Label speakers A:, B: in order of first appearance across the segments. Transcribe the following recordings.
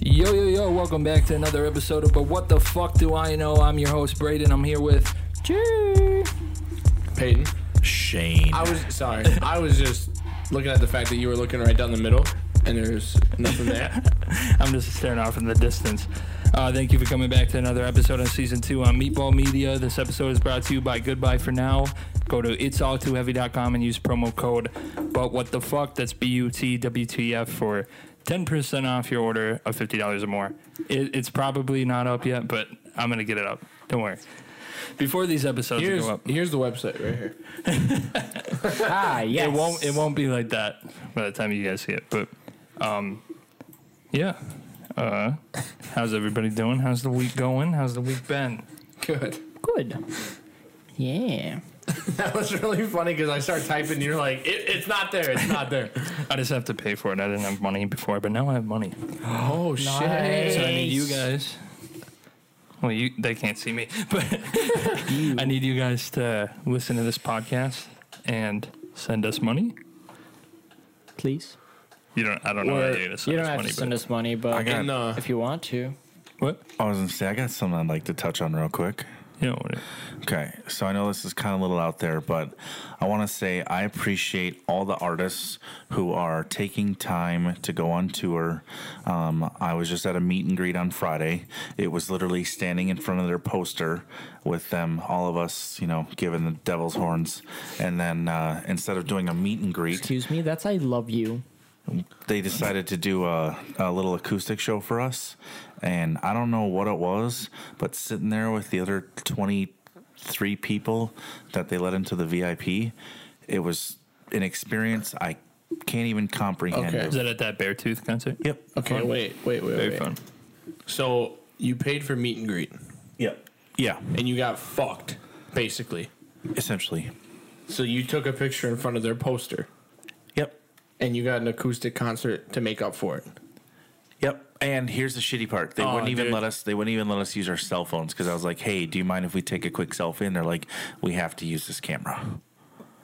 A: Yo, yo, yo, welcome back to another episode of But What the Fuck Do I Know? I'm your host, Braden. I'm here with Jay.
B: Peyton.
C: Shane.
B: I was sorry. I was just looking at the fact that you were looking right down the middle, and there's nothing there.
A: I'm just staring off in the distance. Uh, thank you for coming back to another episode of season two on Meatball Media. This episode is brought to you by Goodbye for Now. Go to itsall2heavy.com and use promo code But What the Fuck. That's B U T W T F for 10% off your order of $50 or more. It, it's probably not up yet, but I'm going to get it up. Don't worry. Before these episodes
B: Here's,
A: go up,
B: here's the website right here.
D: Ah, yes.
A: it won't it won't be like that by the time you guys see it. But um, yeah. Uh, how's everybody doing? How's the week going? How's the week been?
B: Good.
D: Good. Yeah.
B: That was really funny because I start typing, you're like, it, "It's not there. It's not there."
A: I just have to pay for it. I didn't have money before, but now I have money.
B: oh
D: Nice.
A: So I need you guys. Well, you they can't see me, but I need you guys to listen to this podcast and send us money.
D: Please.
A: You don't. I don't know.
B: Or-
A: how you're gonna send
D: you don't
A: us
D: have
A: money,
D: to send
A: but-
D: us money, but
C: I got-
B: And uh,
D: if you want to.
A: what?
C: I was gonna say I got something I'd like to touch on real quick.
A: You know what? it-
C: Okay, so I know this is kind of a little out there, but I want to say I appreciate all the artists who are taking time to go on tour. Um, I was just at a meet and greet on Friday. It was literally standing in front of their poster with them, all of us, you know, giving the devil's horns. And then uh, instead of doing a meet and greet,
D: Excuse me, that's I love you.
C: they decided to do a, a little acoustic show for us and i don't know what it was but sitting there with the other 23 people that they let into the vip it was an experience i can't even comprehend
B: Okay.
A: Is that at that Beartooth concert?
C: yep
B: okay, wait, wait, wait,
A: Very
B: wait.
A: fun.
B: So you paid for meet and greet,
C: yep yeah
B: and you got fucked, basically.
C: essentially
B: So you took a picture in front of their poster,
C: yep
B: and you got an acoustic concert to make up for it.
C: Yep. And here's the shitty part. They
B: Aw,
C: wouldn't even
B: dude.
C: let us. They wouldn't even let us use our cell phones because I was like, "Hey, do you mind if we take a quick selfie?" And they're like, "We have to use this camera."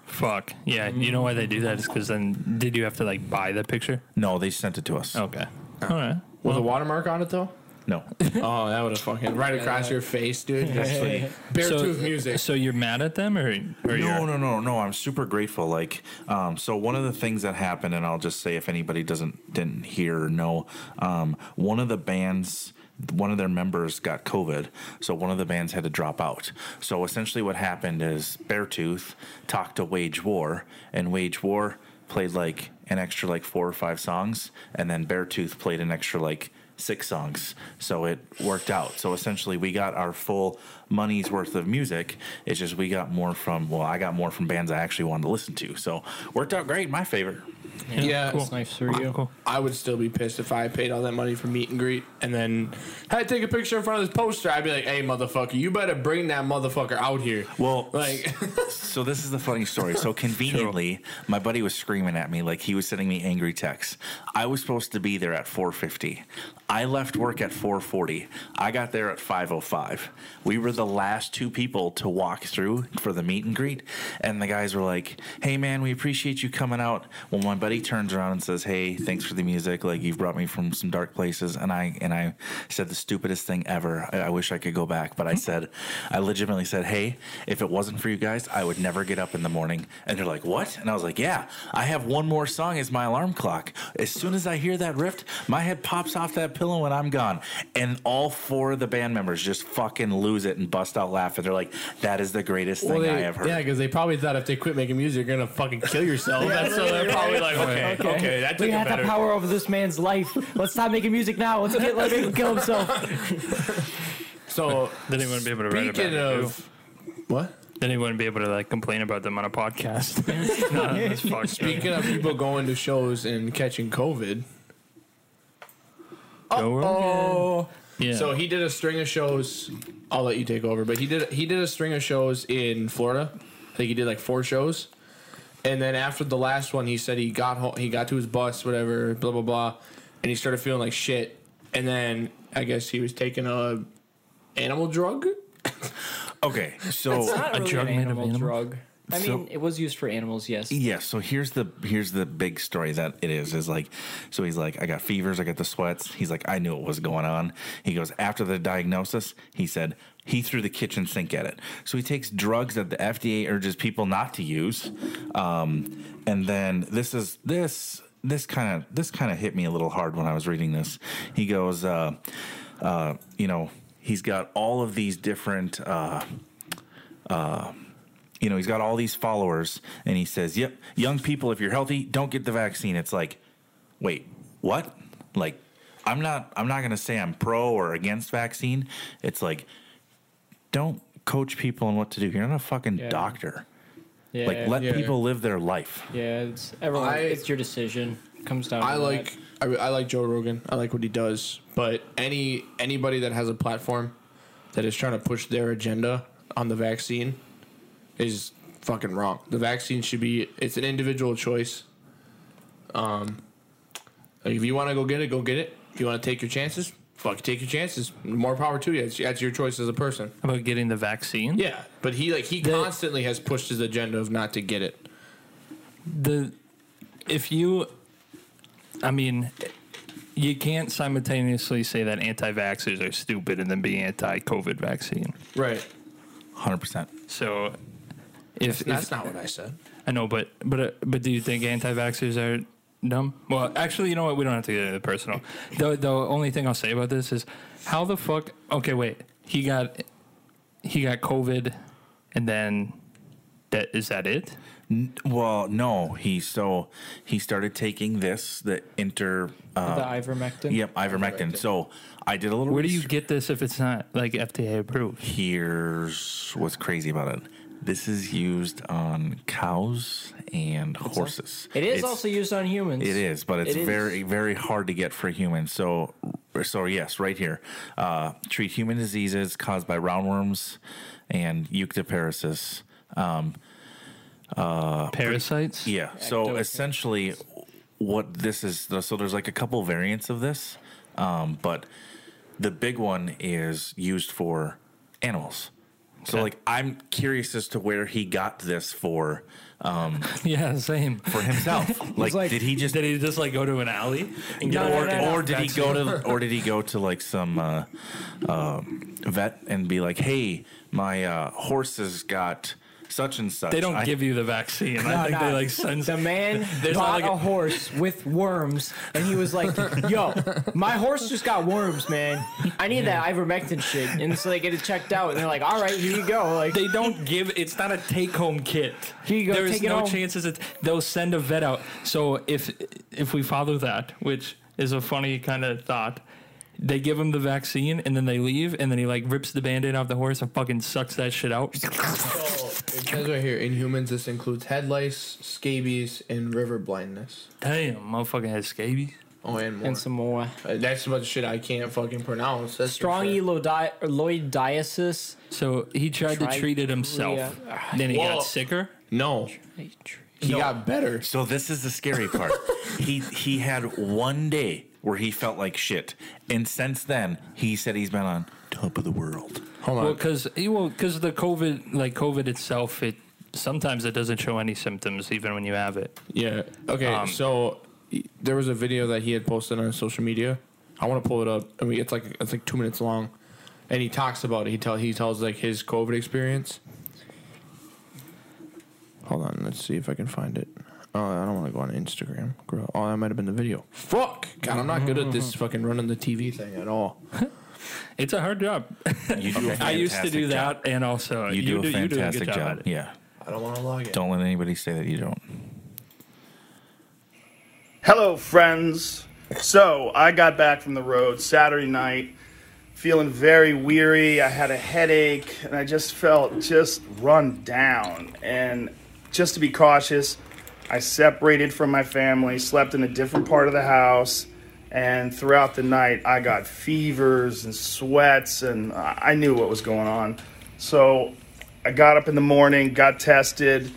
A: Fuck. Yeah. You know why they do that is because then did you have to like buy the picture?
C: No, they sent it to us.
B: Oh.
A: Okay. All right.
B: With a watermark on it though.
C: No,
B: Oh, that would have fucking right across your face, dude.
C: actually,
B: Bear
A: So-
B: tooth music.
A: So you're mad at them, or, or
C: No,
A: you're,
C: no, no, no. I'm super grateful. Like, um, so one of the things that happened, and I'll just say if anybody doesn't didn't hear or know, um, one of the bands. One of their members got COVID, so one of the bands had to drop out. So essentially, what happened is Beartooth talked to Wage War, and Wage War played like an extra like four or five songs, and then Beartooth played an extra like six songs. So it worked out. So essentially, we got our full money's worth of music. It's just we got more from, well, I got more from bands I actually wanted to listen to. So worked out great. My favorite.
B: yeah,
A: cool.
D: It's nice for you.
A: Cool.
B: I would still be pissed if I paid all that money for meet and greet and then had to take a picture in front of this poster. I'd be like, "Hey, motherfucker, you better bring that motherfucker out here."
C: Well,
B: Like,
C: so this is the funny story. So conveniently, my buddy was screaming at me like he was sending me angry texts. I was supposed to be there at 4:50. I left work at 4:40. I got there at 5:05. We were the last two people to walk through for the meet and greet, and the guys were like, "Hey man, we appreciate you coming out." Well, my buddy turns around and says, "Hey, thanks for the music. Like you've brought me from some dark places." And I and I said the stupidest thing ever. I, I wish I could go back,
B: Mm-hmm.
C: but I said, I legitimately said, "Hey, if it wasn't for you guys, I would never get up in the morning." And they're like, "What?" And I was like, "Yeah, I have one more song as my alarm clock. As soon as I hear that riff, my head pops off that pillow and I'm gone." And all four of the band members just fucking lose it and bust out laughing. They're like, "That is the greatest thing I have heard."
B: yeah, because they probably thought if they quit making music, you're gonna fucking kill yourself. That's so they're probably like, "Okay, okay, that took
D: We
B: a
D: had
B: better."
D: the power over this man's life. Let's stop making music now. Let's get let him kill himself.
B: So
A: Then he wouldn't be able to write about
B: speaking
A: it.
B: of what?
A: too. Then he wouldn't be able to like complain about them on a podcast. no, that's fucked.
B: Speaking of people going to shows and catching COVID.
A: Go
B: Oh.
A: yeah.
B: So he did a string of shows. I'll let you take over, but he did he did a string of shows in Florida. I think he did like four shows, and then after the last one, he said he got home, he got to his bus, whatever, blah blah blah, and he started feeling like shit. And then I guess he was taking a animal drug.
C: Okay, so
A: a drug made of animals?
D: drug. I mean,
C: So-
D: it was used for animals, yes.
C: Yeah, so here's the here's the big story that it is is like so he's like I got fevers, I got the sweats. He's like I knew what was going on. He goes after the diagnosis, he said he threw the kitchen sink at it. So he takes drugs that the FDA urges people not to use. Um, and then this is this this kind of this kind of hit me a little hard when I was reading this. He goes uh, uh, you know, he's got all of these different uh you know, he's got all these followers and he says, Yep, young people, if you're healthy, don't get the vaccine. It's like, wait, what? Like, I'm not I'm not gonna say I'm pro or against vaccine. It's like, don't coach people on what to do. You're not a fucking
D: Yeah.
C: doctor.
D: Yeah,
C: like let
B: yeah.
C: people live their life.
D: yeah. It's everyone.
B: I-
D: it's your decision. Comes down.
B: I
D: to
B: like
D: that.
B: I, I like Joe Rogan. I like what he does. But any anybody that has a platform that is trying to push their agenda on the vaccine is fucking wrong. The vaccine should be it's an individual choice. Um, like, if you want to go get it, go get it. If you want to take your chances, fuck, take your chances. More power to you. That's, that's your choice as a person.
A: About getting the vaccine?
B: Yeah, but he like he constantly has pushed his agenda of not to get it.
A: the if you i mean you can't simultaneously say that anti-vaxxers are stupid and then be anti-covid vaccine
B: Right.
C: Hundred percent.
A: so if,
B: That's
A: if
B: not what I said.
A: i know but but uh, but do you think anti-vaxxers are dumb well actually you know what we don't have to get into the personal the, the only thing i'll say about this is how the fuck okay wait he got he got covid and then that is that it
C: Well, no, he so he started taking this, the inter uh,
D: the ivermectin.
C: Yep, ivermectin. So I did a little
A: where do you
C: research.
A: get this if it's not like fda approved
C: Here's what's crazy about it. This is used on cows and horses.
D: It is
C: It's-
D: also used on humans.
C: It is, but it's
D: It is.
C: very very hard to get for humans. So so yes, right here. Uh, treat human diseases caused by roundworms and euctoparasis. Um,
A: parasites
C: yeah. So essentially, what this is, so there's like a couple variants of this, um, but the big one is used for animals. So like, I'm curious as to where he got this for um,
A: Yeah, same.
C: for himself. like,
D: like,
C: did he just?
A: Did he just like go to an alley? And
D: No, no,
C: or,
D: no, no.
C: or did he go to or did he go to like some uh, um vet and be like, "Hey, my uh, horse has got such and such."
A: They don't
C: I-
A: give you the vaccine. I
D: No,
A: think
D: no.
A: they like send.
D: The man
A: There's not
D: bought
A: like a-
D: a horse with worms, and he was like, "Yo, my horse just got worms, man. I need that ivermectin shit." And so they get it checked out, and they're like, "All right, here you go." Like,
A: They don't give. It's not a take-home kit.
D: Here you go,
A: There's
D: take it
A: no
D: home.
A: chances that they'll send a vet out. So if if we follow that, which is a funny kind of thought. They give him the vaccine and then they leave, and then he like rips the band-aid off the horse and fucking sucks that shit out.
B: Oh, it says right here in humans this includes head lice, scabies, and river blindness.
A: Damn, motherfucking has scabies.
B: Oh, and more.
D: and some more
B: Uh, that's about the shit I can't fucking pronounce. That's for
D: strong
B: sure.
D: elodi- eloidiasis.
A: So he tried to
D: Tri-
A: treat it himself.
D: yeah.
A: Then he
B: Whoa.
A: got sicker.
D: E-
B: No, he got better.
C: So this is the scary part. he he had one day where he felt like shit, and since then he said he's been on top of the world.
B: Hold on.
A: Well, because well, because the COVID, like COVID itself, it sometimes it doesn't show any symptoms even when you have it.
B: yeah. Okay. so y- there was a video that he had posted on social media. I want to pull it up. I mean, it's like it's like two minutes long, and he talks about it. He tell he tells like his COVID experience. Hold on. Let's see if I can find it. Oh, I don't want to go on Instagram. Girl. Oh, that might have been the video. Fuck. God, I'm not good at this fucking running the TV thing at all.
A: It's a hard job.
C: You do. a
A: I used to
C: fantastic
A: do
C: job.
A: that, and also
C: You, do, a
A: you a
C: fantastic
A: good job.
C: job.
A: at it.
C: Yeah.
B: I don't want to log in.
C: Don't let anybody say that you don't.
E: Hello, friends. So, I got back from the road Saturday night feeling very weary. I had a headache and I just felt just run down. And just to be cautious, I separated from my family, slept in a different part of the house, and throughout the night I got fevers and sweats and I I knew what was going on. So, I got up in the morning, got tested,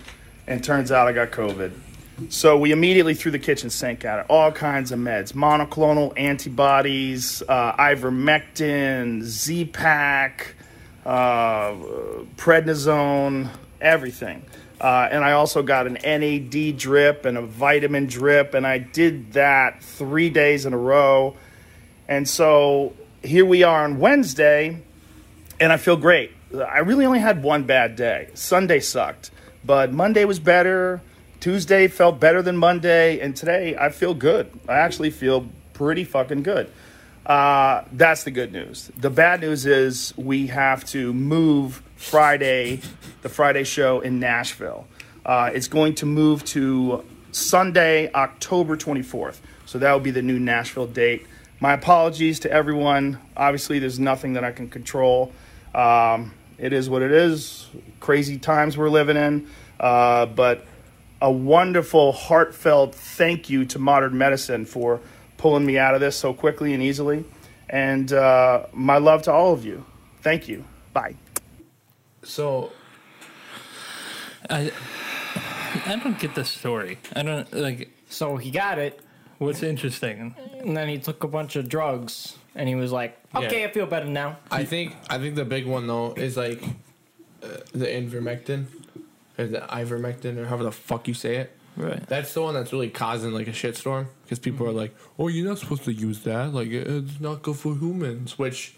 E: and turns out I got COVID. So we immediately threw the kitchen sink at it. All kinds of meds, monoclonal antibodies, uh, ivermectin, Z-Pack, uh, prednisone, everything. Uh, and I also got an NAD drip and a vitamin drip, and I did that three days in a row. And so here we are on Wednesday, and I feel great. I really only had one bad day. Sunday sucked, but Monday was better. Tuesday felt better than Monday, and today I feel good. I actually feel pretty fucking good. Uh, that's the good news. The bad news is we have to move Friday, the Friday show in Nashville. Uh, it's going to move to Sunday, October 24th. So that will be the new Nashville date. My apologies to everyone. Obviously, there's nothing that I can control. Um, it is what it is. Crazy times we're living in. Uh, but a wonderful, heartfelt thank you to Modern Medicine for pulling me out of this so quickly and easily. And uh, my love to all of you. Thank you. Bye.
B: So
A: I, I don't get the story. I don't like
D: So he got it,
A: what's interesting.
D: and then he took a bunch of drugs, and he was like, "Okay, I feel better now."
B: I think I think the big one though is like uh, the invermectin or the ivermectin or however the fuck you say it.
A: Right.
B: That's the one that's really causing like a shitstorm because people
D: Mm-hmm.
B: are like, "Oh, you're not supposed to use that. Like, it- it's not good for humans." Which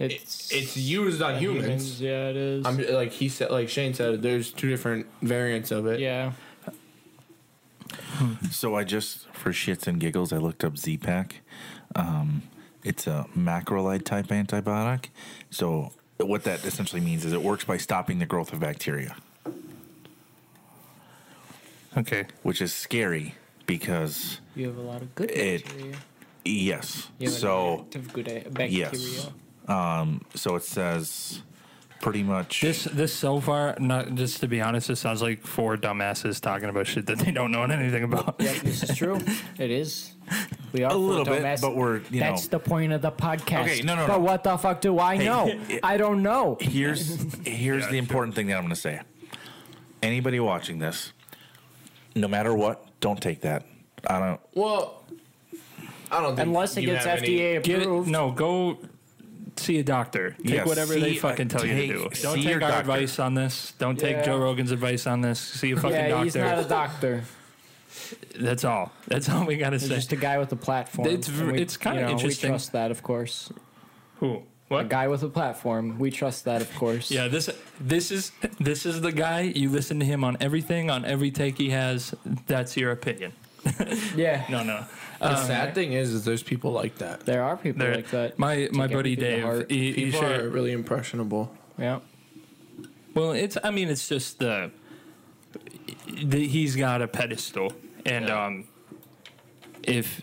D: It's
B: it's used on humans.
D: Yeah, it is.
B: I'm like he said, like Shane said, there's two different variants of it.
D: yeah.
C: So I just, for shits and giggles, I looked up Z-Pack. Um, it's a macrolide type antibiotic. So what that essentially means is it works by stopping the growth of bacteria,
A: Okay.
C: which is scary because
D: You have a lot of good
C: It-
D: bacteria.
C: yes.
D: You have an
C: So
D: active good a- bacteria.
C: yes. Um, so it says pretty much
A: This this so far, not just to be honest, this sounds like four dumbasses talking about shit that they don't know anything about.
D: Yep, this is true. it is. We are
C: a little
D: full
C: bit,
D: dumbass-
C: but we're you know
D: That's the point of the podcast.
C: Okay, no, no,
D: But
C: no.
D: what the fuck do I know?
C: it-
D: I don't know.
C: here's here's the important thing that I'm going to say. Anybody watching this, no matter what, don't take that. I don't.
B: Well, I don't think
D: Unless it
B: you
D: gets
B: have any-
D: FDA
A: Get it?
D: approved.
A: No, go see a doctor. Take
C: Yeah,
A: whatever
C: see
A: they
C: a-
A: fucking tell
C: take-
A: you to do. Don't take
C: see your
A: our
C: doctor.
A: advice on this. Don't take
D: Yeah.
A: Joe Rogan's advice on this. See a fucking
D: yeah, he's
A: doctor.
D: not a doctor.
A: That's all. That's all we gotta
D: He's
A: say.
D: just a guy with a platform.
A: It's
D: and
A: ver- it's kinda
D: you know,
A: interesting.
D: We trust that, of course.
A: Who?
D: A
A: What?
D: guy with a platform. We trust that, of course.
A: Yeah, this this is this is the guy. You listen to him on everything, on every take he has. That's your opinion.
D: Yeah.
A: No, no.
B: The
D: Uh-huh.
B: sad thing is, is there's people like that.
D: There are people
A: There-
D: like that.
A: my my
D: Take
A: buddy
D: everything to
A: Dave,
D: heart.
A: he, he
B: People
A: shared,
B: are really impressionable.
D: Yeah.
A: Well, it's. I mean, it's just the. the he's got a pedestal, and um, if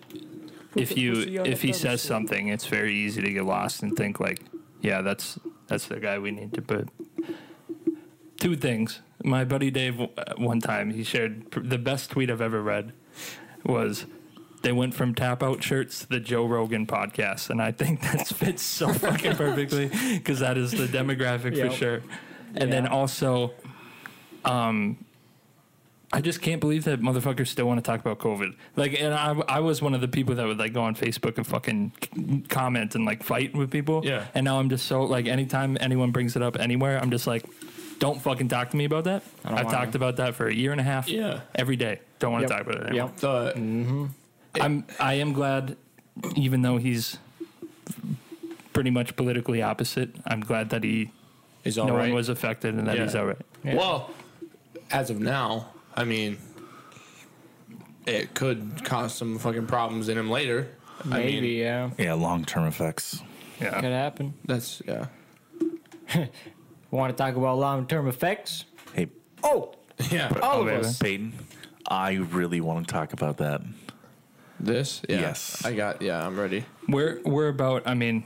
A: if you if he says something, it's very easy to get lost and think like, yeah, that's that's the guy we need to put. Two things. My buddy Dave, uh, one time, he shared pr- the best tweet I've ever read was. They went from tap out shirts to the Joe Rogan podcast, and I think that fits so fucking perfectly because that is the demographic
D: Yep.
A: for sure. And then
D: Yeah.
A: also, um, I just can't believe that motherfuckers still want to talk about COVID. Like, and I, I was one of the people that would like go on Facebook and fucking c- comment and like fight with people.
B: Yeah.
A: And now I'm just so like, anytime anyone brings it up anywhere, I'm just like, don't fucking talk to me about that.
D: don't
A: I've
D: wanna.
A: talked about that for a year and a half.
B: Yeah.
A: Every day. Don't want
D: Yep.
A: to talk about it anymore.
D: Yep.
B: The
A: I'm I am glad, even though he's pretty much politically opposite. I'm glad that he
B: is all
A: no
B: right.
A: one was affected and that
B: Yeah.
A: he's all right.
B: Well, as of now, I mean, it could cause some fucking problems in him later.
D: Maybe,
B: I mean,
D: yeah.
C: Yeah, long term effects.
A: Yeah.
C: uh,
D: Could happen.
B: that's yeah.
D: Want to talk about long term effects?
C: Hey,
D: Oh,
B: Yeah.
D: all of
A: baby.
D: us.
C: Peyton, I really want to talk about that.
B: This? Yeah.
C: Yes.
B: I got yeah, I'm ready.
A: We're we're about. I mean,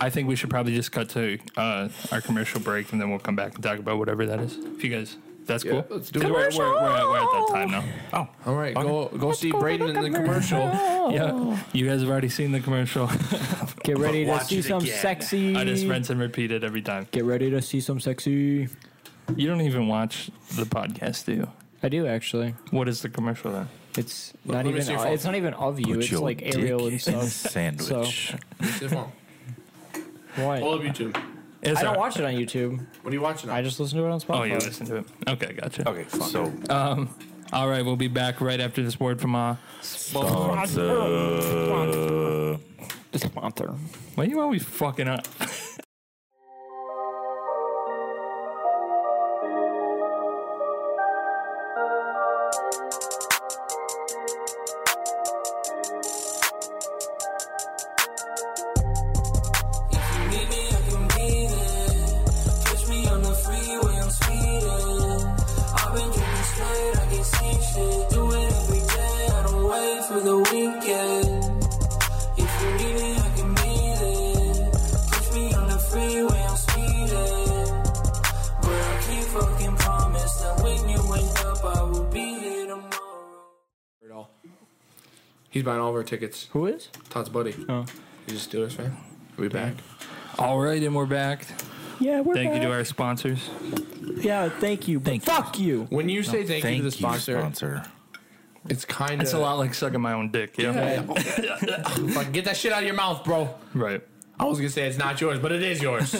A: I think we should probably just cut to uh, our commercial break, and then we'll come back and talk about whatever that is. If you guys, that's
B: Yeah,
A: cool.
B: let's do
A: 'Cause
B: it.
A: We're, we're, we're, at, we're at that time now.
C: Oh,
B: All right, go go see
D: go
B: Braden
D: look
B: in the
D: at
B: commercial.
A: Oh. Yeah, you guys have already seen the commercial.
D: Get ready to
C: watch
D: see
C: it
D: some
C: again.
D: sexy.
A: I just rinse and repeat it every time.
D: Get ready to see some sexy.
A: You don't even watch the podcast, do you?
D: I do actually.
A: What is the commercial then?
D: It's
B: let
D: not
B: me
D: even.
B: see your phone.
D: It's not even of you.
C: put
D: It's
C: your
D: like
C: dick
D: aerial and
C: in the
D: stuff.
C: sandwich.
D: So-
B: Sit down.
D: Why?
B: All of you two.
A: It's
D: I don't
A: all-
D: watch it on YouTube.
B: What are you watching?
D: I just listen to it on Spotify.
A: Oh, you listen to it. Okay, gotcha.
C: Okay, so
A: All right, we'll be back right after this word from uh.
C: uh,
D: Sponsor.
A: Why you always fucking up?
F: Meet me, I can beat it. Catch me on the freeway, I'm speeding. I've been drinking straight, I can't see shit. Do it every day, I don't wait for the weekend. If you need me, I can beat it. Catch me on the freeway, I'm speeding. But I keep fucking promise that when you wake up, I will be here tomorrow.
B: He's buying all of our tickets.
D: Who is?
B: Todd's buddy.
D: Oh.
B: He's a Steelers fan. We back.
A: All right, and we're back.
D: Yeah, we're
A: Thank you to our sponsors.
D: Yeah, thank you. Thank Fuck you.
B: When you say thank, you
C: thank
B: to
C: you,
B: the sponsor,
C: sponsor.
B: it's kind of.
A: It's a lot like sucking my own dick. Yeah.
B: Fucking get that shit out of your mouth, bro.
A: Right.
B: I was gonna say it's not yours, but it is yours.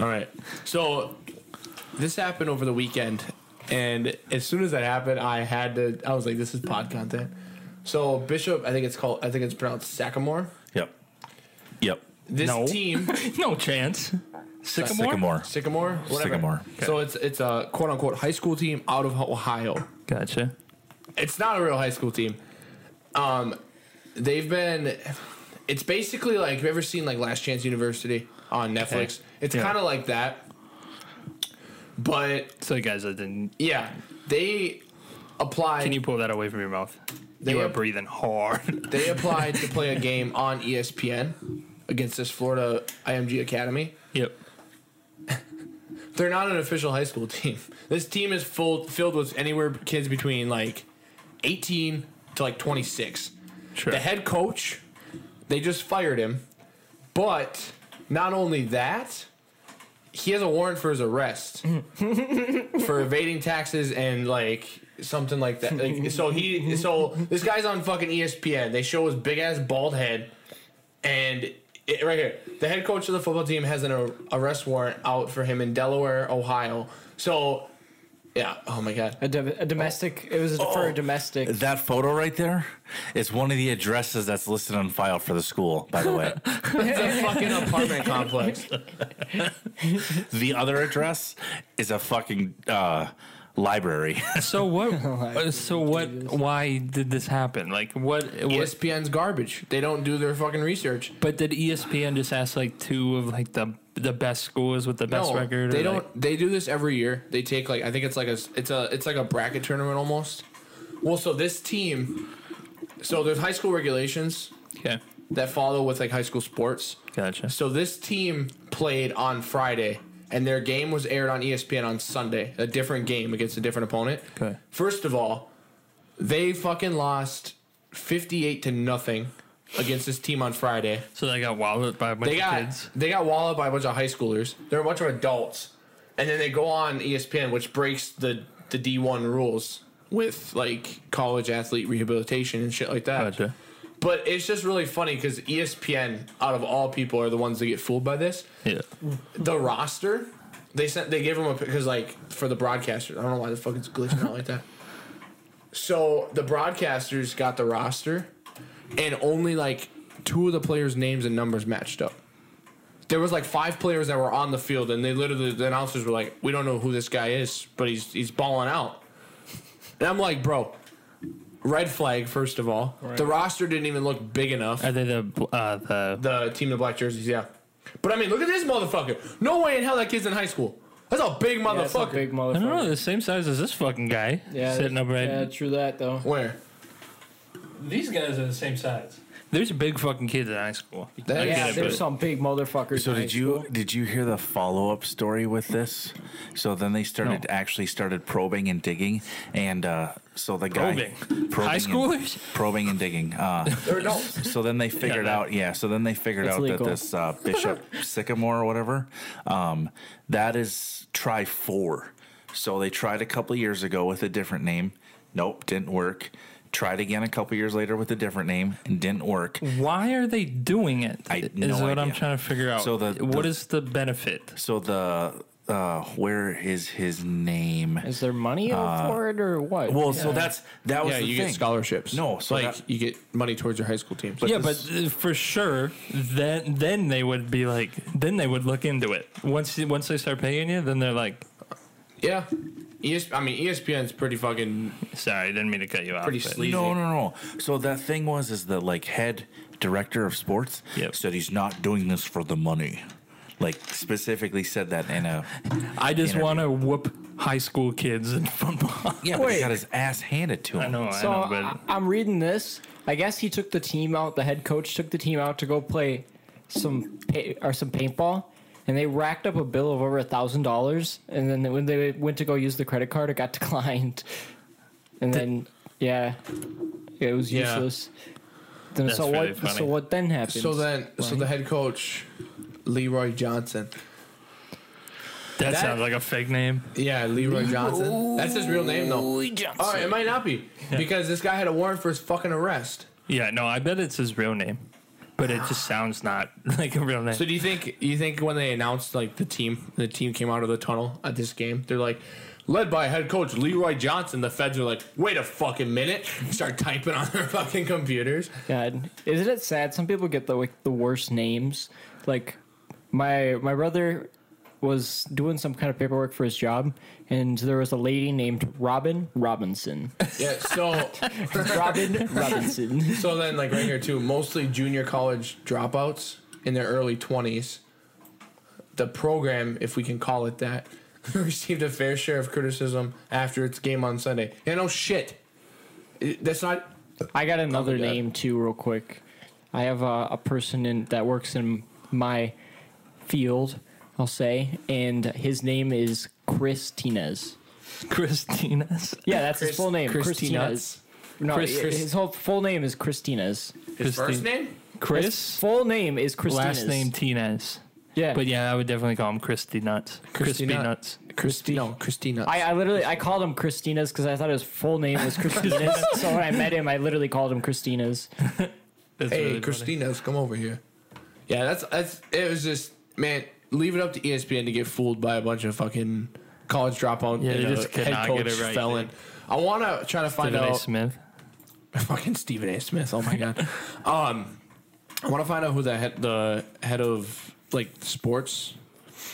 B: All right. So this happened over the weekend, and as soon as that happened, I had to. I was like, "This is pod content." So Bishop, I think it's called. I think it's pronounced Sagamore.
C: Yep. Yep.
B: This
A: No.
B: team,
A: No chance. Sycamore.
C: Sycamore.
B: Sycamore, whatever.
C: Sycamore.
B: So it's it's a quote unquote high school team out of Ohio.
A: Gotcha.
B: It's not a real high school team. Um, they've been. It's basically like have you ever seen like Last Chance University on Netflix? It's
A: Yeah.
B: kind of like that, but
A: So, guys, I didn't.
B: yeah, they applied.
A: Can you pull that away from your mouth?
B: They
A: you are
B: have-
A: breathing hard.
B: they applied to play a game on E ESPN against this Florida IMG Academy.
A: yep.
B: They're not an official high school team. This team is full filled with anywhere kids between like 18 to like 26.
A: Sure.
B: The head coach, they just fired him. But not only that, he has a warrant for his arrest for evading taxes and like something like that. Like, so he, so this guy's on fucking E ESPN. They show his big ass bald head, and it, right here, the head coach of the football team has an ar- arrest warrant out for him in Delaware, Ohio. So, yeah. Oh my god.
D: A, dom- a domestic. It was
A: Oh,
D: for a domestic.
C: That photo right there is one of the addresses that's listed on file for the school, by the way.
B: It's a fucking apartment complex.
C: the other address is a fucking uh, library.
A: So what? uh, so what? Why did this happen? Like what? what
B: E ESPN's garbage. They don't do their fucking research.
A: But did E ESPN just ask like two of like the the best schools with the best record?
B: They
A: or,
B: don't.
A: like-
B: they do this every year. They take like I think it's like a s- it's a it's like a bracket tournament almost. Well, so this team, so there's high school regulations
A: okay.
B: that follow with like high school sports.
A: Gotcha.
B: So this team played on Friday, and their game was aired on E ESPN on Sunday. A different game against a different opponent.
A: Okay.
B: First of all, they fucking lost fifty-eight to nothing against this team on Friday.
A: So they got walloped by a bunch
B: They got
A: of kids.
B: they got wallowed by a bunch of high schoolers. They're a bunch of adults, and then they go on E ESPN, which breaks the the D one rules with like college athlete rehabilitation and shit like that.
A: Gotcha.
B: But it's just really funny E because ESPN, out of all people, are the ones that get fooled by this.
A: Yeah.
B: The roster they sent they gave them a because like for the broadcasters, I don't know why the fuck it's glitching out like that. So the broadcasters got the roster, and only like two of the players' names and numbers matched up. There was like five players that were on the field, and they literally the announcers were like, "We don't know who this guy is, but he's he's balling out." And I'm like, bro, red flag first of all. The roster didn't even look big enough.
A: Are they the uh, the?
B: The team in black jerseys, yeah. But I mean, look at this motherfucker. No way in hell that kid's in high school. That's a big
D: Yeah, it's a
B: motherfucker.
D: big
A: I don't know.
D: motherfucker.
A: The same size as this fucking guy.
D: Yeah,
A: Sitting up right.
D: Yeah, true that though.
B: Where?
A: These guys are the same size. There's big fucking kids in high school.
B: That-
A: I
B: Yeah,
A: get
D: Yeah,
A: it,
D: there's
A: but-
D: some big motherfuckers.
C: So
D: in high
C: did you
D: school.
C: did you hear the follow up story with this? So then they started actually started probing and digging, and uh, so the guy
A: Probing? High
C: and-
A: schoolers?
C: probing and digging. Uh,
B: They're adults.
C: so then they figured
A: that-
C: out, yeah. So then they figured
D: That's
C: out
D: legal.
C: that this uh, Bishop Sycamore or whatever, um, that is try four. So they tried a couple of years ago with a different name. Nope, didn't work. Tried again a couple years later with a different name and didn't work.
A: Why are they doing it?
C: I-
A: is
C: no
A: what I'm
C: idea.
A: trying to figure out.
C: So the-
A: what
C: the-
A: is the benefit?
C: So the uh, where is his name?
D: Is there money
A: Uh,
D: for it or what?
C: Well, so that's that was
B: yeah,
C: the
B: you
C: thing.
B: get scholarships.
C: No, so
B: like
C: that-
B: you get money towards your high school team.
A: yeah,
B: this-
A: but uh, for sure, then then they would be like, then they would look into it. Once you- once they start paying you, then they're like,
B: yeah, ES, I mean E ESPN's pretty fucking
A: sorry, didn't mean to cut you off.
B: Pretty
A: but-
B: sleazy.
C: No, no, no. So that thing was is the like head director of sports
A: Yep.
C: said he's not doing this for the money. Like specifically said that in a
A: I just
C: Interview.
A: want to whoop high school kids in football.
C: yeah. but he
D: Wait.
C: got his ass handed to him.
A: Oh, I know,
D: So uh,
A: I know, but
D: I, I'm reading this. I guess he took the team out. The head coach took the team out to go play some pa- or some paintball, and they racked up a bill of over a thousand dollars. And then when they went to go use the credit card, it got declined. And then yeah, it was
B: Yeah.
D: useless. Then
A: That's
D: so
A: really
D: what?
A: funny.
D: So what then happened?
B: So then, so the head coach, Leroy Johnson.
A: that,
B: that-
A: sounds like a fake name.
B: Yeah, Leroy Johnson. That's his real name, though. Leroy Johnson. All right, it might not be because this guy had a warrant for his fucking arrest.
A: Yeah, no, I bet it's his real name, but it just sounds not like a real name.
B: So do you think you think when they announced like the team, the team came out of the tunnel at this game, they're like. Led by head coach Leroy Johnson, the feds are like, wait a fucking minute. Start typing on their fucking computers.
D: God, isn't it sad? Some people get the like the worst names. Like my my brother was doing some kind of paperwork for his job, and there was a lady named Robin Robinson.
B: Yeah, so
D: Robin Robinson.
B: So then, like right here too, mostly junior college dropouts in their early twenties. The program, if we can call it that, received a fair share of criticism after its game on Sunday. Yeah, no shit. It- That's not.
D: I got another
B: God.
D: name too, real quick. I have a, a person in that works in my field, I'll say, and his name is Chris Tinez.
A: Christina's.
D: Yeah, that's his
B: Chris-
D: full name.
B: Chris
D: Chris
B: Tinez.
D: Tinez. No,
A: Chris-
D: i-
A: Chris-
D: his whole full name is Christina's.
B: His first
A: Christine-
B: name.
D: His
A: Chris.
D: full name is Christina's.
A: Last name Tinez.
D: Yeah.
A: But yeah, I would definitely call him Christy Nuts. Crispy
B: Christina-
A: Nuts.
B: Christina. No, Christina.
D: I, I literally I called him Christina's because I thought his full name was Christina's. so when I met him, I literally called him Christina's.
A: That's
B: hey,
A: really funny.
B: Christina's, come over here. Yeah, that's that's. It was just man. Leave it up to E ESPN to get fooled by a bunch of fucking college dropout.
A: Yeah, they
B: and a
A: just
B: head
A: cannot get
B: coach
A: it right,
B: felon.
A: dude.
B: I want to try to find
A: Stephen A.
B: out.
A: Smith.
B: fucking Stephen A. Smith. Oh my god. um, I want to find out who the head, the head of like sports.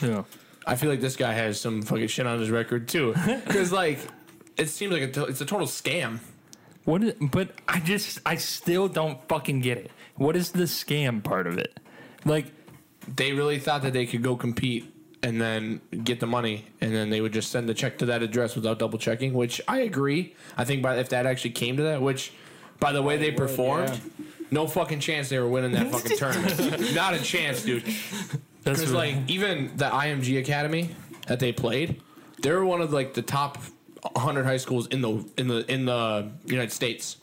A: Yeah.
B: I feel like this guy has some fucking shit on his record too, because like it seems like a to- it's a total scam.
A: What? Is, but I just, I still don't fucking get it. What is the scam part of it? Like,
B: They really thought that they could go compete and then get the money, and then they would just send the check to that address without double checking. Which I agree. I think by if that actually came to that, which by the way they performed. No fucking chance they were winning that fucking tournament. Not a chance, dude.
A: that's
B: Because
A: really-
B: like even the IMG Academy that they played, they're one of like the top 100 high schools in the in the in the United States.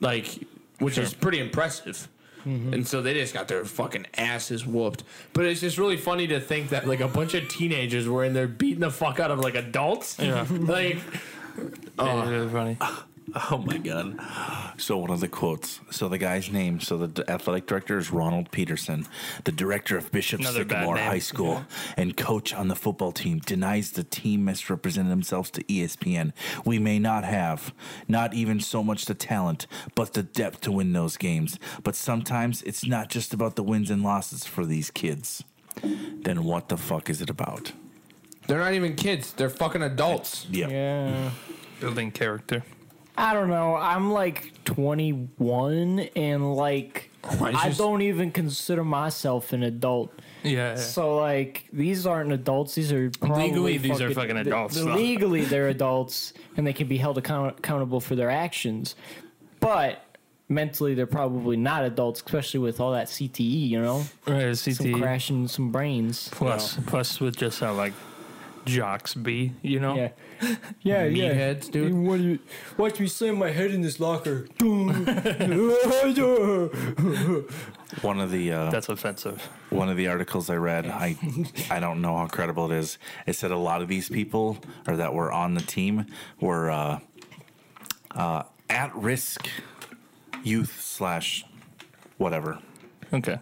B: Like, which is pretty impressive.
A: Mm.
B: And so they just got their fucking asses whooped. But it's just really funny to think that like a bunch of teenagers were in there beating the fuck out of like adults.
A: Yeah.
B: like
A: yeah, really funny.
C: Oh my god. So one of the quotes. So the guy's name. So the d- athletic director is Ronald Peterson, the director of Bishop
A: Another bad
C: Sycamore
A: name.
C: High School and coach on the football team. Denies the team misrepresented themselves to E ESPN. We may not have not even so much the talent, but the depth to win those games. But sometimes it's not just about the wins and losses for these kids. Then what the fuck is it about?
B: they're not even kids. They're fucking adults.
C: Yeah.
D: Yeah.
A: Building character.
D: I don't know. I'm like 21 and like
B: Why is
D: I
B: this-
D: don't even consider myself an adult.
A: Yeah.
D: So like these aren't adults. These are probably
A: Eh. Legally, these are fucking adults,
D: th-
A: though.
D: legally, they're adults and they can be held account- accountable for their actions. But mentally, they're probably not adults, especially with all that CTE. You know,
A: right.
D: some
A: CT
D: crashing some brains.
A: E. plus plus with just how like jocks be, you know.
D: Yeah. Yeah, yeah.
B: Meatheads, dude.
D: You want you- watch me slam my head in this locker. Doom.
C: One of the uh,
A: That's offensive.
C: one of the articles I read, I I don't know how credible it is. It said a lot of these people or that were on the team were uh, uh, at risk youth slash whatever.
A: Okay.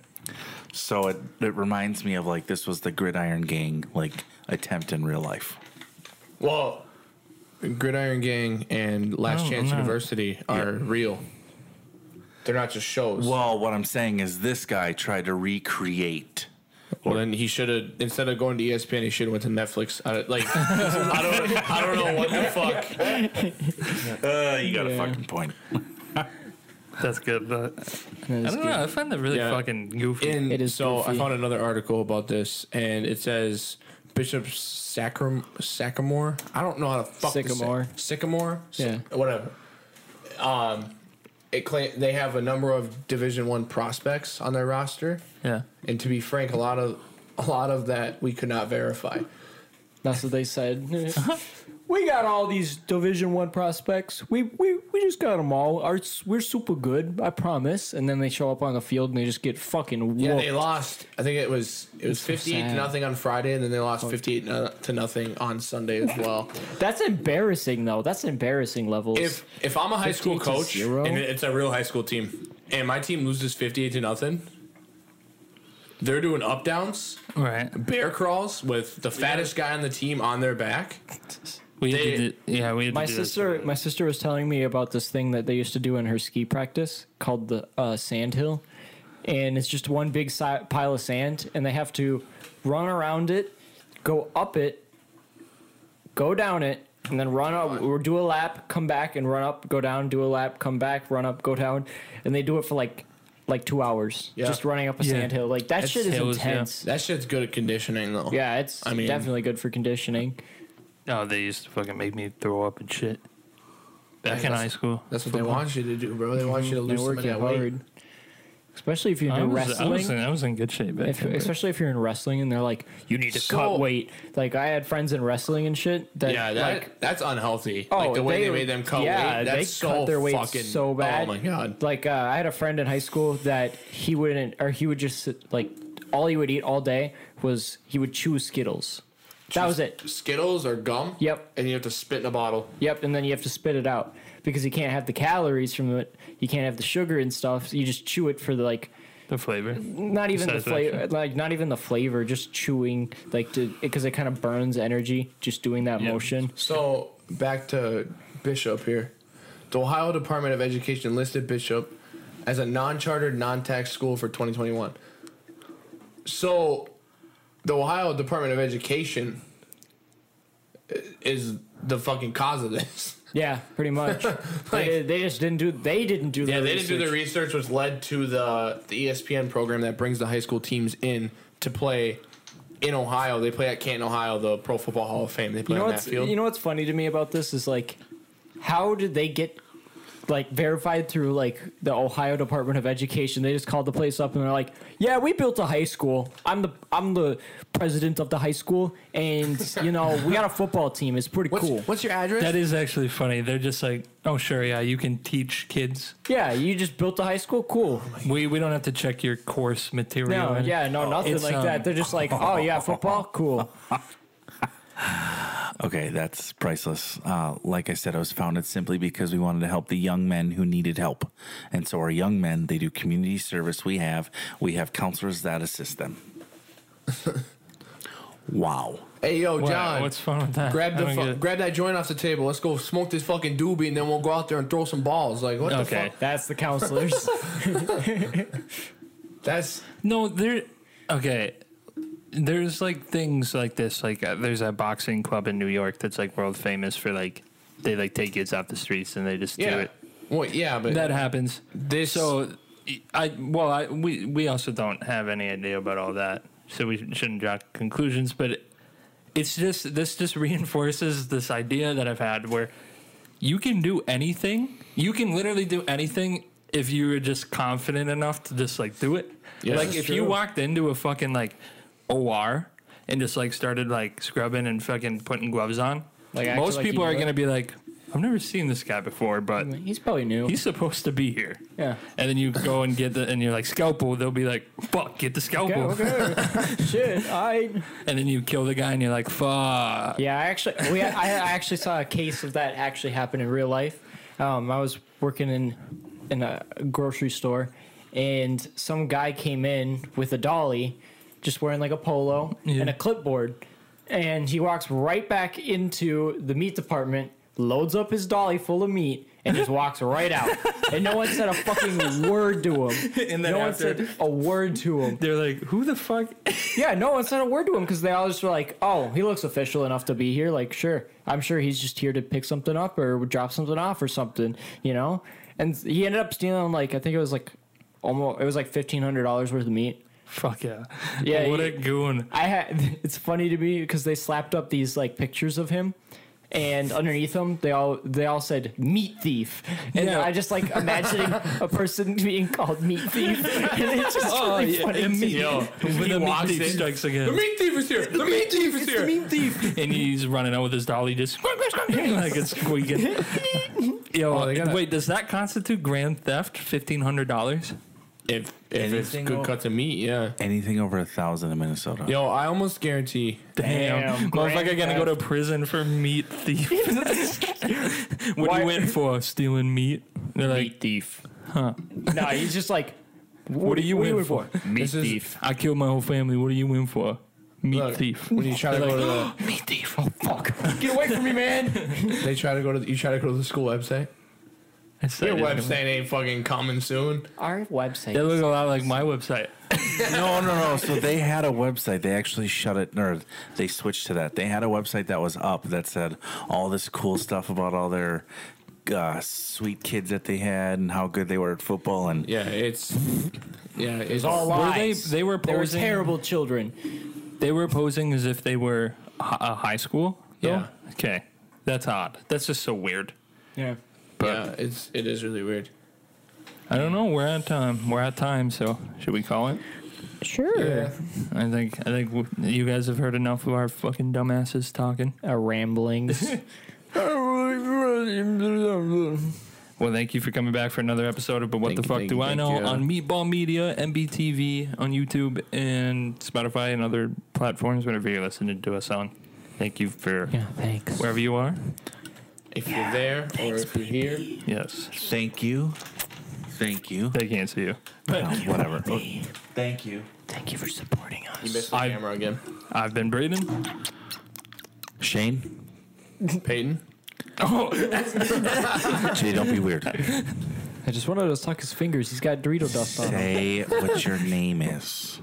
C: So it, it reminds me of like this was the Gridiron Gang like attempt in real life.
B: Well, Gridiron Gang and Last
A: No,
B: Chance
A: Oh, no.
B: University are real. They're not just shows. Well,
C: Well, what I'm saying is this guy tried to recreate.
B: then he should have instead of going to E ESPN, he should have went to Netflix. I, don't- like I don't, I don't know what the fuck.
C: Uh, you got a
D: Yeah.
C: fucking point.
A: That's good. But
D: And
A: I
D: it's
A: don't
D: good.
A: know. I find that really
B: Yeah.
A: fucking goofy.
B: And
D: It is
B: so I
D: goofy.
B: found another article about this, and it says Bishop Sacram- Sacramore. I don't know how to fuck this-
D: Sycamore.
B: Sycamore.
D: Yeah.
B: whatever. Um, it claim they have a number of Division One prospects on their roster.
A: yeah.
B: and to be frank, a lot of a lot of that we could not verify.
D: That's what they said.
B: Uh-huh.
D: we got all these Division One prospects. We, we we just got them all. Our, we're super good, I promise. And then they show up on the field and they just get fucking
B: Yeah,
D: whooped.
B: they lost. I think it was it was
D: It's so
B: fifty eight to
D: sad.
B: nothing on Friday, and then they lost fifty eight to nothing on Sunday as well.
D: That's embarrassing, though. That's embarrassing levels.
B: if if I'm a high school
D: 58 to
B: coach
D: zero?
B: and it's a real high school team, and my team loses fifty eight to nothing, they're doing up downs,
A: All right.
B: bear crawls with the fattest guy on the team on their back.
A: We had
B: They-
A: to do, yeah. We had
D: my
A: to do this.
D: sister, my sister was telling me about this thing that they used to do in her ski practice called the uh, sand hill, and it's just one big si- pile of sand, and they have to run around it, go up it, go down it, and then run up or do a lap, come back and run up, go down, do a lap, come back, run up, go down, and they do it for like like two hours,
B: Yeah.
D: just running up a
A: Yeah.
D: sand hill. Like that
A: It's
D: shit is
A: hills, yeah.
D: intense. Yeah.
B: That shit's good at conditioning though.
D: it's
B: I mean-
D: definitely good for conditioning.
A: No, Oh, they used to fucking make me throw up and shit. Back in
B: that's-
A: high school.
B: That's what they want you to do, bro. They want you to
D: They
B: lose some
D: work
B: of
D: you
B: that weight.
D: hard, especially if you
A: I
D: do
A: was, I,
D: wrestling.
A: was in, I was in good shape. Back
D: if,
A: then, but-
D: especially if you're in wrestling and they're like, you need to
B: So-
D: cut weight. Like I had friends in wrestling and shit that
B: Yeah, that,
D: like
B: that's unhealthy.
D: oh
B: like the way they,
D: they
B: made them cut
D: yeah
B: weight, that's
D: they
B: so
D: cut their weight
B: fucking,
D: so bad.
B: Oh my god.
D: Like uh, I had a friend in high school that he wouldn't or he would just sit- like all he would eat all day was he would chew Skittles. that was it.
B: Skittles or gum?
D: Yep.
B: And you have to spit in a bottle.
D: Yep, and then you have to spit it out because you can't have the calories from it. You can't have the sugar and stuff. So you just chew it for the like
A: the flavor.
D: not even the flavor
A: Satisfaction.
D: like not even the flavor just chewing like to because it kind of burns energy just doing that
A: Yeah.
D: motion
B: So back to Bishop here. The Ohio Department of Education listed Bishop as a non-chartered, non-tax school for 2021. So the Ohio Department of Education i- is the fucking cause of this.
D: yeah pretty much they, did- they just didn't do they didn't do
B: Yeah,
D: their
B: they didn't do
D: research.
B: the research, which led to the the E ESPN program that brings the high school teams in to play in Ohio. They play at Canton, Ohio, the Pro Football Hall of Fame. They play
D: you know
B: on that
D: what's
B: field.
D: you know what's funny to me about this is like how did they get like verified through like the Ohio Department of Education they just called the place up and they're like yeah we built a high school I'm the I'm the president of the high school and you know we got a football team it's pretty
B: what's,
D: cool
B: what's your address?
A: That is actually funny. They're just like, oh sure, yeah, you can teach kids.
D: yeah you just built a high school cool
A: We we don't have to check your course material.
D: No,
A: and-
D: yeah, no, nothing
A: It's,
D: like
A: um,
D: that. They're just like, oh yeah, football, cool.
C: Okay, that's priceless. Uh, like I said, I was founded simply because we wanted to help the young men who needed help. And so our young men, they do community service. We have we have counselors that assist them. wow.
B: hey, yo,
A: Why-
B: John.
A: what's fun with that?
B: Grab
A: I
B: the
A: don't get
B: fu-
A: it.
B: grab that joint off the table. Let's go smoke this fucking doobie, and then we'll go out there and throw some balls. Like what
A: Okay.
B: the fuck?
D: That's the counselors.
B: That's
A: No, there. Okay, there's like things like this. Like uh, there's a boxing club in New York that's like world famous for like they like take kids off the streets and they just do
B: yeah.
A: it.
B: Well, yeah, but
A: That happens.
B: this
A: So I well I we we also don't have any idea about all that, so we shouldn't draw conclusions. But it's just this just reinforces this idea that I've had where you can do anything. You can literally do anything if you were just confident enough to just like do it. like
B: that's
A: if you
B: true.
A: walked into a fucking like OR and just like started like scrubbing and fucking putting gloves on,
D: Like, act
A: most
D: like
A: people
D: you
A: are
D: knew it.
A: gonna be like, I've never seen this guy before, but
D: He's probably new.
A: he's supposed to be here.
D: yeah.
A: And then you go and get the, and you're like, scalpel. They'll be like, fuck, get the
D: Okay.
A: scalpel.
D: okay. Shit. I.
A: And then you kill the guy and you're like, fuck.
D: Yeah. I actually, we. I, I actually saw a case of that actually happen in real life. um, I was working in in a grocery store, and some guy came in with a dolly, just wearing like a polo
A: Yeah.
D: and a clipboard, and he walks right back into the meat department, loads up his dolly full of meat, and just walks right out, and no one said a fucking word to him.
A: And then
D: No one
A: after-
D: said a word to him.
A: They're like, who the fuck?
D: Yeah, no one said a word to him because they all just were like, "Oh, he looks official enough to be here. Like, sure, I'm sure he's just here to pick something up or drop something off or something, you know." And he ended up stealing like I think it was like almost it was like fifteen hundred dollars worth of meat.
A: Fuck yeah.
D: Yeah,
A: What
D: he-
A: a goon.
D: I had it's funny to me because they slapped up these like pictures of him. And underneath them, they all they all said "meat thief," and
A: Yeah.
D: I just like imagining a person being called "meat thief," and it's just
A: Oh,
D: really
A: yeah.
D: funny
A: and
D: to
A: meat-
D: me.
A: yo, when the meat
B: walks
A: thief
B: in.
A: strikes again.
B: The meat thief is here. The meat thief is here.
A: and he's running out with his dolly, just like it's squeaking. Yo,
B: Oh, they gotta-
A: wait, does that constitute grand theft? Fifteen hundred dollars?
B: If if it's
C: Anything o-
B: good cuts of meat, yeah.
C: Anything over a thousand in Minnesota.
B: Yo, I almost guarantee.
A: Damn,
D: Damn,
A: motherfucker,
D: grand
A: gonna go to prison for meat thief. what do
D: Why-
A: you in for? Stealing meat? They're like,
D: meat thief. Huh? No, he's just like,
A: what are you in for?
D: Meat
B: This is-
D: thief.
A: I killed my whole family. What are you in for? Meat
B: Look,
A: thief.
B: When you try to
A: They're
B: go to
A: like,
B: the,
A: meat thief. Oh fuck.
D: Get away from me, man!
B: they try to go to the, you try to go to the school website.
A: I said
B: Your
A: it anyway.
B: website ain't fucking coming soon.
D: Our website.
A: They look a lot like my website.
C: No, no, no. So they had a website. They actually shut it, or they switched to that. They had a website that was up that said all this cool stuff about all their uh, sweet kids that they had and how good they were at football. And
B: Yeah, it's yeah, it's
D: all
A: Were
D: lies.
A: they- they were
D: They were
A: posing-
D: terrible children.
A: They were posing as if they were hi- a high school. though?
B: Yeah.
A: Okay, that's odd. That's just so weird.
D: Yeah.
B: Yeah, it's it is really weird.
A: I don't know. We're at time. We're at time. So should we call it?
D: Sure.
A: I think I think w- you guys have heard enough of our fucking dumbasses talking.
D: A Uh, ramblings.
A: Well, thank you for coming back for another episode of But What the
B: Thank you,
A: Fuck
B: thank
A: Do
B: you,
A: I
B: thank
A: Know
B: you.
A: on Meatball Media, MBTV, on YouTube, and Spotify and other platforms, whenever you're listening to us on. Thank you for
D: yeah. Thanks.
A: wherever you are.
B: If you're there or if you're here,
A: Yes.
C: thank you, thank you.
A: They can't see you.
C: No, Oh, whatever. Thank you.
D: Thank you for supporting us.
B: you missed the
A: I-
B: camera again.
A: I've been breathing.
C: Shane,
B: Peyton,
A: Oh,
C: Jay, don't be weird.
D: I just wanted to suck his fingers. He's got Dorito dust on. him.
C: Say what your name is.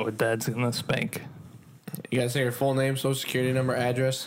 A: oh dad's gonna spank.
B: you gotta say your full name, social security number, address.